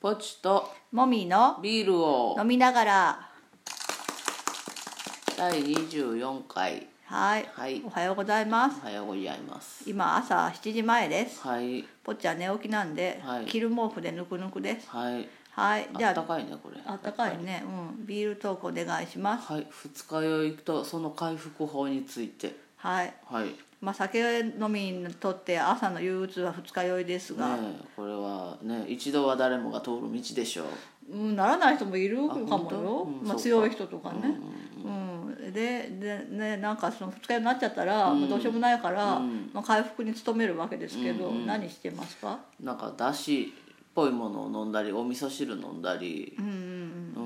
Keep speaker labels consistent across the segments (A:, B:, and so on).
A: ポチと
B: もみの
A: ビールを
B: 飲みながら
A: 第24回
B: はい、
A: はい
B: おはようございます
A: おはようございます
B: 今朝7時前です
A: はい
B: ぽっちゃん寝起きなんで、
A: はい
B: 着る毛布でぬくぬくです
A: はい
B: はいじ
A: あっ
B: ゃ
A: たかいねこれ
B: ああったかいねうんビールトークお願いします
A: はい二日酔いとその回復法について
B: はい
A: はいね
B: まあ酒飲みにとって朝の憂鬱は二日酔いですが、
A: えこれはね一度は誰もが通る道でしょう
B: うん、ならない人もいるか
A: あ本
B: も
A: 当
B: よ、
A: うん
B: まあ、
A: そうか
B: 強い人とかね、うんでで、ね、なんかその二日酔いになっちゃったら、もうどうしようもないから、まあ、回復に努めるわけですけど、何してますか、
A: なんかだしっぽいものを飲んだりお味噌汁飲んだり
B: うんうんうん、
A: う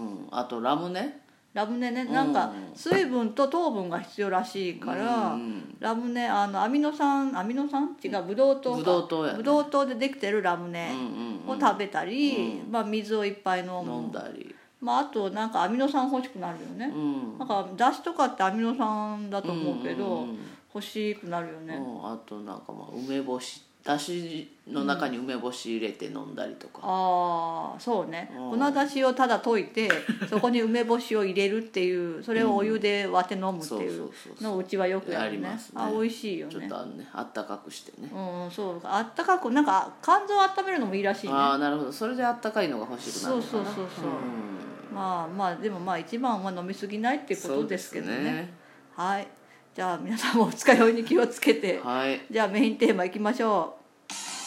A: んあとラムネ
B: ラムネねなんか水分と糖分が必要らしいから、
A: うん
B: ラムネあのアミノ酸アミノ酸違うブドウ糖か
A: ブドウ糖やね
B: ブドウ糖でできてるラム
A: うん
B: ネ
A: うん
B: を食べたり、まあ、水をいっぱい飲む、
A: 飲んだり
B: まあ、あとなんかアミノ酸欲しくなるよね
A: う、ん
B: なんかだしとかってアミノ酸だと思うけど、
A: ん
B: 欲しくなるよね、
A: うんあとなんかまあ梅干しだしの中に梅干し入れて飲んだりとか、
B: ああそうね、
A: うん
B: 粉だしをただ溶いてそこに梅干しを入れるっていうそれをお湯で割って飲むってい
A: そう
B: う
A: そうそう
B: のをうちはよくや
A: やり
B: るね
A: ますね
B: あ美味しいよ
A: ちょっ
B: ね
A: とあのねあったかくしてね、
B: うんそうあったかくなんか肝臓を温めるのもいいらしいね
A: ああなるほどそれであったかいのが欲しくなる
B: そ
A: の
B: う
A: か
B: そう
A: な
B: そうそう、
A: うん
B: まあまあでもまあ一番は飲みすぎないってことですけどね
A: そうです
B: はいじゃあ皆さんも二日酔いに気をつけて
A: はい
B: じゃあメインテーマいきましょう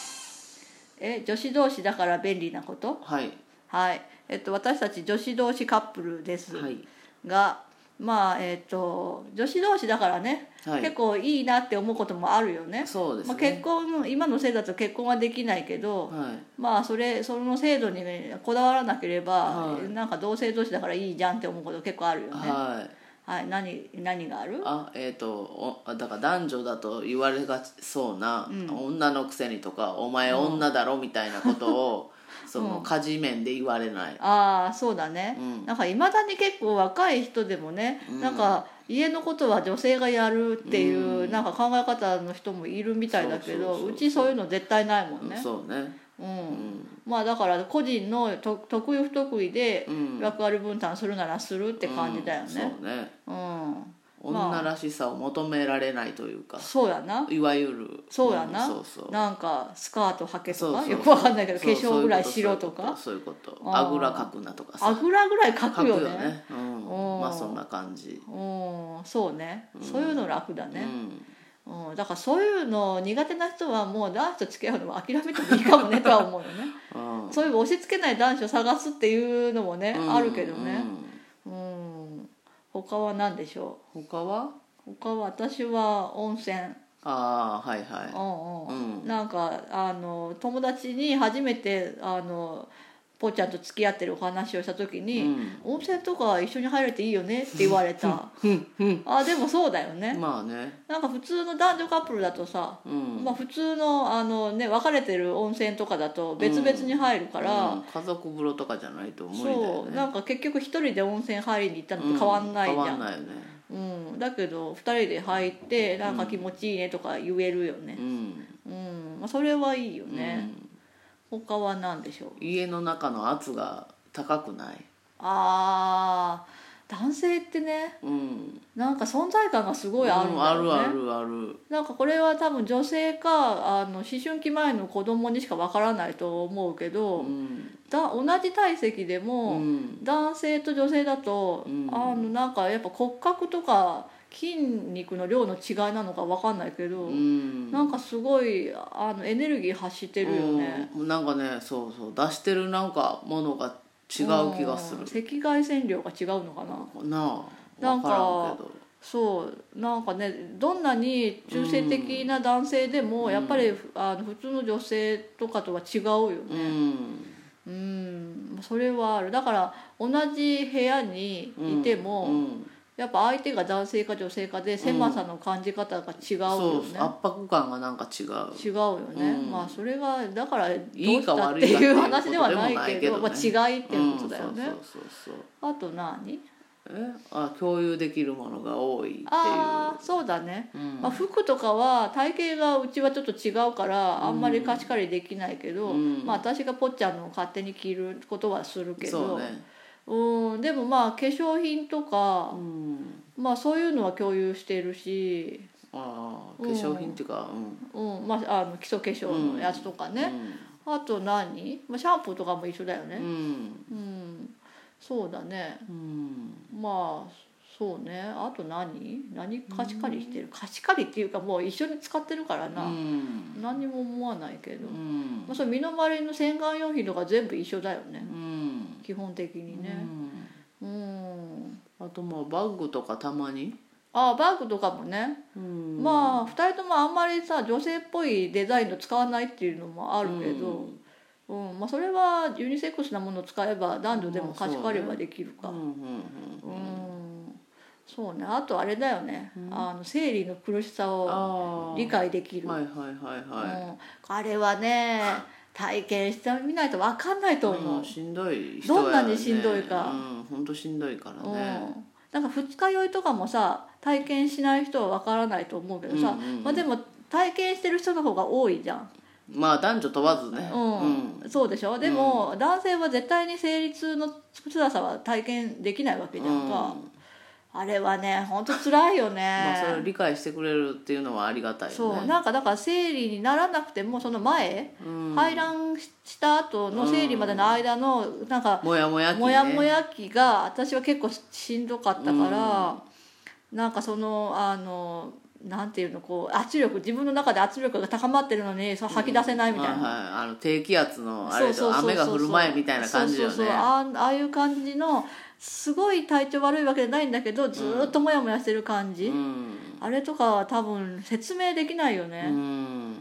B: え女子同士だから便利なこと
A: はい
B: はいえっと私たち女子同士カップルです
A: はい
B: が、まあえっと女子同士だからね、
A: はい
B: 結構いいなって思うこともあるよね
A: そうです
B: まあ、
A: ね
B: 結、婚今の制度だと結婚はできないけど、
A: はい
B: まあそれその制度にねこだわらなければ、
A: はい
B: なんか同性同士だからいいじゃんって思うこと結構あるよねはい、
A: はい
B: 何何がある
A: あえっ、とおあだから男女だと言われがちそうな、女のくせにとかお前女だろみたいなこと を、その家事面で言われない、
B: ああそうだね、
A: うん
B: なんかいまだに結構若い人でもね、なんか家のことは女性がやるっていう、なんか考え方の人もいるみたいだけど
A: そうそう
B: う
A: そうそう
B: ちそういうの絶対ないもんね
A: そうね
B: うん、
A: うん
B: まあだから個人のと得意不得意で
A: うん
B: 役割分担するならするって感じだよね
A: うんそうね
B: うん、
A: 女らしさを求められないというか、
B: そうやない
A: わゆる
B: そうやな、
A: んそうそう
B: なんかスカートはけと
A: そう
B: か
A: そう
B: よくわかんないけど化
A: そう
B: 粧ぐらいしろとか
A: そういうことそういうこと
B: あー
A: あぐらかくなとか
B: あぐらぐらい描
A: か
B: く
A: く
B: よ
A: よ
B: ね
A: ね、うん、
B: おー
A: まあそんな感じ、
B: うんそうね、そういうの楽だ
A: う
B: ね、
A: ん、
B: うんだからそういうの苦手な人はもう男子と付き合うのは諦めてもいいかもねとは思うよね
A: うん
B: そういう押し付けない男子を探すっていうのもね、あるけどねうん他は何でしょ
A: うん他は
B: う他は私は温泉
A: ああはいはい
B: うんうん、
A: うん
B: なんかあの友達に初めてあのぽーちゃんと付き合ってるお話をした時に、
A: うん
B: 温泉とか一緒に入れていいよねって言われたあでもそうだよね
A: まあね
B: なんか普通の男女カップルだとさ、
A: うん
B: まあ、普通のあの、ね、別れてる温泉とかだと別々に入るから、
A: うん家族風呂とかじゃないと無理だよ
B: そう
A: ね
B: なんか結局一人で温泉入りに行ったのと変わんないじ
A: う
B: ゃ
A: 変わん
B: ん、
A: ないよね
B: うんだけど2人で入ってなんか気持ちいいねとか言えるよね
A: う、ん
B: うんまあ、それはいいよね、他は何でしょう
A: うん家の中の圧が高くない
B: あー男性ってね
A: うん
B: なんか存在感がすごいあるん
A: う
B: だ
A: んあ
B: よね、
A: るあるある
B: なんかこれは多分女性かあの思春期前の子供にしかわからないと思うけ
A: う
B: ど、
A: ん
B: だ同じ体積で
A: う
B: も、
A: ん
B: 男性と女性だと、
A: うん
B: あのなんかやっぱ骨格とか筋肉の量の違いなのかわかんないけど、
A: うん
B: なんかすごいあのエネルギー発してるよね、
A: うん、なんかねそうそう出してるなんかものが違う気がす
B: うん
A: る、
B: 赤外線量が違うのかな
A: なあ
B: な
A: 分
B: んか
A: からんけど
B: そうなんかねどんなに中性的な男性でも、
A: うん
B: やっぱりふあの普通の女性とかとは違うよ
A: う
B: ね
A: ん
B: うん、それはあるだから同じ部屋にいても、
A: うん
B: やっぱ相手が男性か女性かで狭さの感じ方が違う
A: そ
B: よ
A: う
B: ね、
A: 圧迫感がなんか違う
B: 違うよね、
A: うん
B: まあそれがだからどう
A: いい
B: し
A: か
B: たっ
A: 悪
B: て
A: いかって
B: い
A: いうう
B: 話ではないけど
A: ことでもないけどね
B: まあ、違いっていうことだよね、
A: うんそうそうそうそう
B: あと何
A: えあ共有できるものが多いっていう
B: ああそうだね、
A: うん
B: まあ、服とかは体型がうちはちょっと違うからあんまり貸し借りできないけど、
A: うん
B: まあ、私がぽっちゃんのを勝手に着ることはするけ
A: そ
B: ど
A: うね、
B: うん、でもまあ化粧品と
A: う
B: か、
A: ん、
B: まあ、そういうのは共有してるし、
A: ああ化粧品っていうかうん
B: うんまあ、あの基礎化粧のやつとかね、あと何、まあ、シャンプーとかも一緒だよ
A: う
B: ね
A: ん
B: うん、そうだね
A: うん
B: まあそうねあと何何貸し借りしてる、貸し借りっていうかもう一緒に使ってるから
A: う
B: な、
A: ん
B: 何にも思わないけど、
A: うん
B: まあ、それ身の回りの洗顔用品とか全部一緒だよ
A: う
B: ね
A: ん
B: 基本的に
A: う
B: ね
A: ん
B: うん、
A: あとまあバッグとかたまに、
B: あバッグとかもね、
A: うん
B: まあ2人ともあんまりさ女性っぽいデザインの使わないっていうのもあるけど、うんまあ、それはユニセックスなものを使えば男女でも貸し借りはできる
A: う
B: か、
A: んうんう
B: う
A: う
B: ん
A: ん
B: んそうねあとあれだよね、あの生理の苦しさを
A: ああ
B: 理解できる、
A: はいはいはいはい、
B: うんあれはね体験してみないと分かんないと思う、
A: うんしんどい人
B: どんなにしんどいか
A: うん本当しんどいから
B: うん
A: ね、
B: なんか二日酔いとかもさ体験しない人は分からないと思うけどさ、
A: うんうんうん
B: まあ、でも体験してる人の方が多いじゃん、
A: まあ男女問わずね
B: うんそうでしょでも、男性は絶対に生理痛の辛さは体験できないわけじゃんか、
A: うん
B: あれはねほんと辛いよね、
A: まあ、それを理解してくれるっていうのはありがたい
B: そ
A: よ
B: う
A: ね
B: なんかだから生理にならなくてもその前、
A: うん
B: 排卵した後の生理までの間のなんか
A: もやもや期ね
B: もやもや期が私は結構しんどかったから、なんかそのあのなんていうのこう圧力自分の中で圧力が高まってるのにそう吐き出せないみたいな、
A: はいはい、あの低気圧のあ
B: そ
A: れ
B: うそう
A: と
B: そうそう
A: 雨が降る前みたいな感じよね
B: そうそうそうあんああいう感じのすごい体調悪いわけじゃないんだけどずーっともやもやしてる感じ、
A: うん
B: あれとかは多分説明できないよね、
A: うん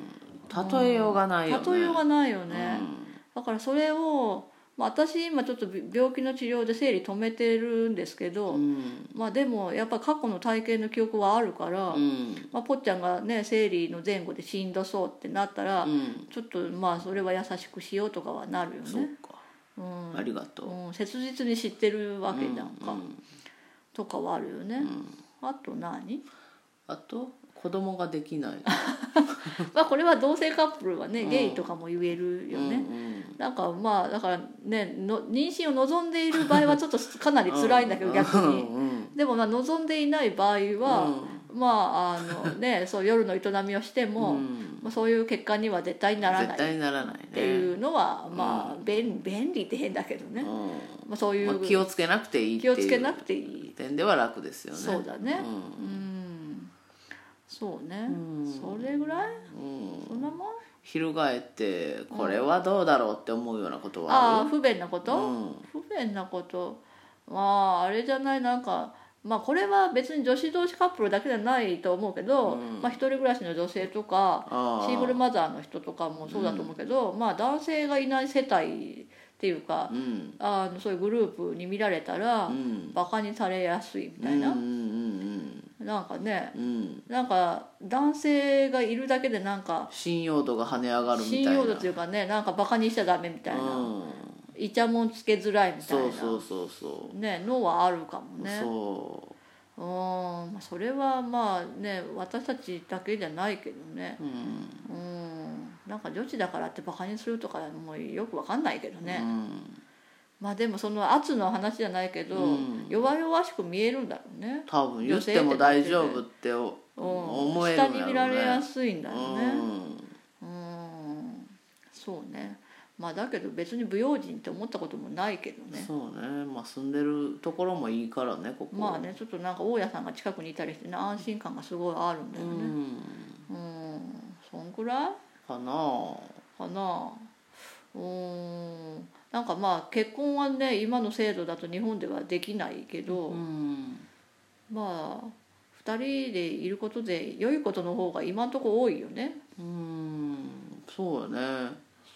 A: 例えようがないよね
B: 例えようがないよね、
A: うん
B: だからそれを、まあ、私今ちょっと病気の治療で生理止めてるんですけど、
A: うん
B: まあでもやっぱ過去の体験の記憶はあるから、
A: うん
B: まあ、ぽっちゃんがね生理の前後でしんどそうってなったら、
A: うん
B: ちょっとまあそれは優しくしようとかはなるよ
A: そう
B: ね。
A: か
B: うん
A: ありがとう
B: うん、切実に知ってるわけじゃんか、
A: うん
B: とかはあるよね、あと何
A: あと子供ができない
B: まあこれは同性カップルはね、ゲイとかも言えるよね、
A: うん
B: なんかまあだからねの妊娠を望んでいる場合はちょっとかなり辛いんだけど逆
A: うん
B: に
A: うん
B: でもまあ望んでいない場合は、まああの ねそう夜の営みをして
A: う
B: も、
A: ん
B: まあそういう結果には絶対にならな
A: 絶
B: いっ
A: 対にならないねって
B: いうのは、まあ便便利って変だけどね、まあ、そういう、
A: 気をつけなくていいって
B: 気
A: い
B: を
A: う
B: つけなくていい、
A: 点では楽ですよね
B: そうだねう
A: うん
B: んそうね、
A: うん
B: それぐらい
A: うん
B: そんなもん
A: 翻ってこれはどうだろうって思うようなことは
B: あ
A: あ
B: あ
A: る
B: 不便なこと、
A: うん
B: 不便なことまああれじゃないなんかまあこれは別に女子同士カップルだけじゃないと思うけど、
A: うん
B: まあ一人暮らしの女性とか
A: あ
B: シーグルマザーの人とかもそうだと思うけど、まあ男性がいない世帯っていうか
A: あうん
B: あのそういうグループに見られたら、
A: うん
B: バカにされやすいみ
A: うん
B: たいな、
A: うんうん
B: なんかね
A: うんうん
B: なんか男性がいるだけでなんか
A: 信用度が跳ね上がるみたい
B: 信
A: な
B: 用度というかねなんかバカにしちゃダメみたいな、
A: うん
B: イチャモンつけづらいみたいな
A: そうそうそうそ
B: ねのはあるか
A: う、
B: もね
A: そう
B: ーんまあそれはまあね私たちだけじゃないけどね
A: う、うん
B: うーんなんか女子だからってバカにするとかもうよくわかんないけどね、
A: うん
B: まあでもその圧の話じゃないけど、
A: うん
B: 弱々しく見えるんだろうね
A: 多分言っても大丈夫ってお思
B: う
A: え
B: ん、
A: る
B: 下
A: ん
B: に
A: やろうね
B: 見られやすいんだよね
A: うん
B: うーんそうねまあだけど別に不用心って思ったこともないけどね
A: そうねまあ住んでるところもいいからねここ
B: まあねちょっとなんか大家さんが近くにいたりしてね安心感がすごいあるんだ
A: う
B: よね、
A: ん
B: うんそんくらい
A: かなあ
B: かなうんなんかまあ結婚はね今の制度だと日本ではできないけど、
A: うん
B: まあ2人でいることで良いことの方が今んとこ多いよね
A: うんそうよね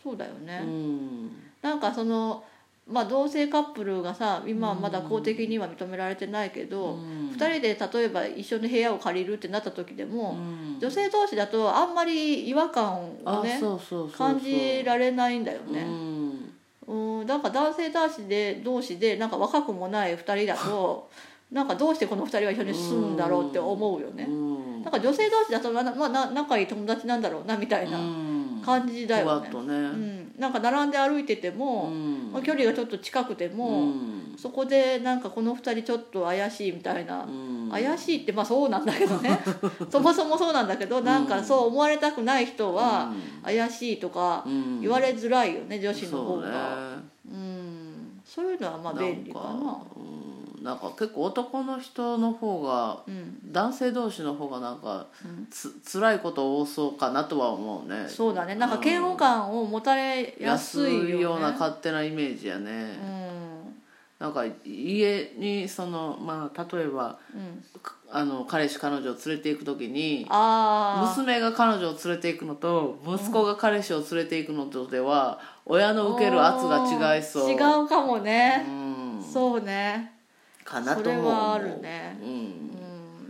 B: そうだよね、
A: うん
B: なんかそのまあ同性カップルがさ今はまだ公的には認められてないけ
A: う
B: ど、
A: ん
B: 2人で例えば一緒の部屋を借りるってなった時で
A: う
B: も、
A: ん
B: 女性同士だとあんまり違和感
A: あ
B: をね
A: そうそうそうそう
B: 感じられないんだよね、
A: うん
B: うん、なんか男性男子で同士でなんか若くもない2人だとなんかどうしてこの2人は一緒に住むんだろうって思うよね
A: うん
B: なんか女性同士だとな、まあ、な仲いい友達なんだろうなみたいな感じだ
A: ふわ
B: よ
A: っ
B: ね、
A: と
B: う
A: ね
B: ん、なんか並んで歩いてても、
A: ん
B: まあ、距離がちょっと近くて
A: う
B: も、
A: ん
B: そこでなんかこの2人ちょっと怪しいみたいな、
A: うん
B: 怪しいってまあそうなんだけど ねそもそもそうなんだけどなんかそう思われたくない人は怪しいとか
A: うん
B: 言われづらいよね女子の
A: そ
B: 方
A: うね
B: がうんそういうのはまあ便利か
A: なん
B: な
A: かうんなんか結構男の人の方が
B: うん
A: 男性同士の方がなんか
B: うん
A: つ辛いこと多そうかなとは思うね
B: そうだねなんか嫌悪感を持たれやす
A: 安
B: いよ,、ね、
A: いような勝手なイメージやね
B: うん
A: なんか家にそのまあ例えば
B: うん、
A: かあの彼氏彼女を連れて行く時に
B: ああ
A: 娘が彼女を連れて行くのと息子が彼氏を連れて行くのとでは親の受ける圧が違いそう
B: 違うかもね、
A: うん
B: そうね
A: かな
B: そ
A: と
B: れ
A: 思う
B: はあるね
A: う
B: うん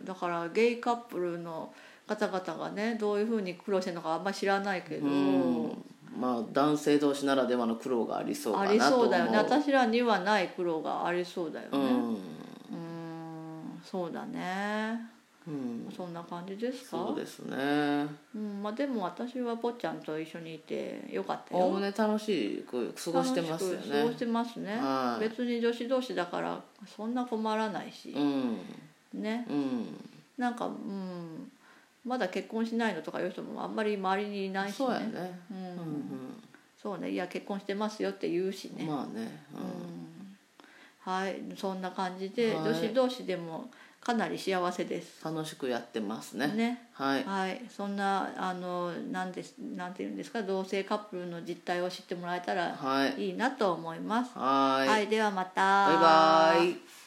B: んだからゲイカップルの方々がねどういうふうに苦労してるのかあんまり知らないけど、
A: うんまあ男性同士ならではの苦労がありそうか
B: あ
A: なと
B: り
A: 思う
B: そうだよね私らにはない苦労がありそうだよね
A: うん
B: うんそうだね
A: うん
B: そんな感じですか
A: そうですね
B: うんまあ、でも私は坊ちゃんと一緒にいてよかった
A: おお
B: よ
A: むね楽しく過ごしてますよ
B: 楽しく過ご
A: ね
B: してますね、
A: はい
B: 別に女子同士だからそんな困らないし
A: う、ん
B: ね
A: うん
B: なんかうんまだ結婚しないのとかいう人もあんまり周りにいないし
A: そうや
B: ね
A: ね
B: う
A: うんん
B: そうねいや結婚してますよって言うし
A: うん
B: ね、
A: まあね
B: うんはいそんな感じで、
A: はい
B: 女子同士でもかなり幸せです
A: 楽しくやってますね
B: ね
A: はい
B: はい、そんなあのなんですなんていうんですか同性カップルの実態を知ってもらえたら
A: はい
B: いなと思います。
A: はい
B: はい、ではまた。
A: バイバイ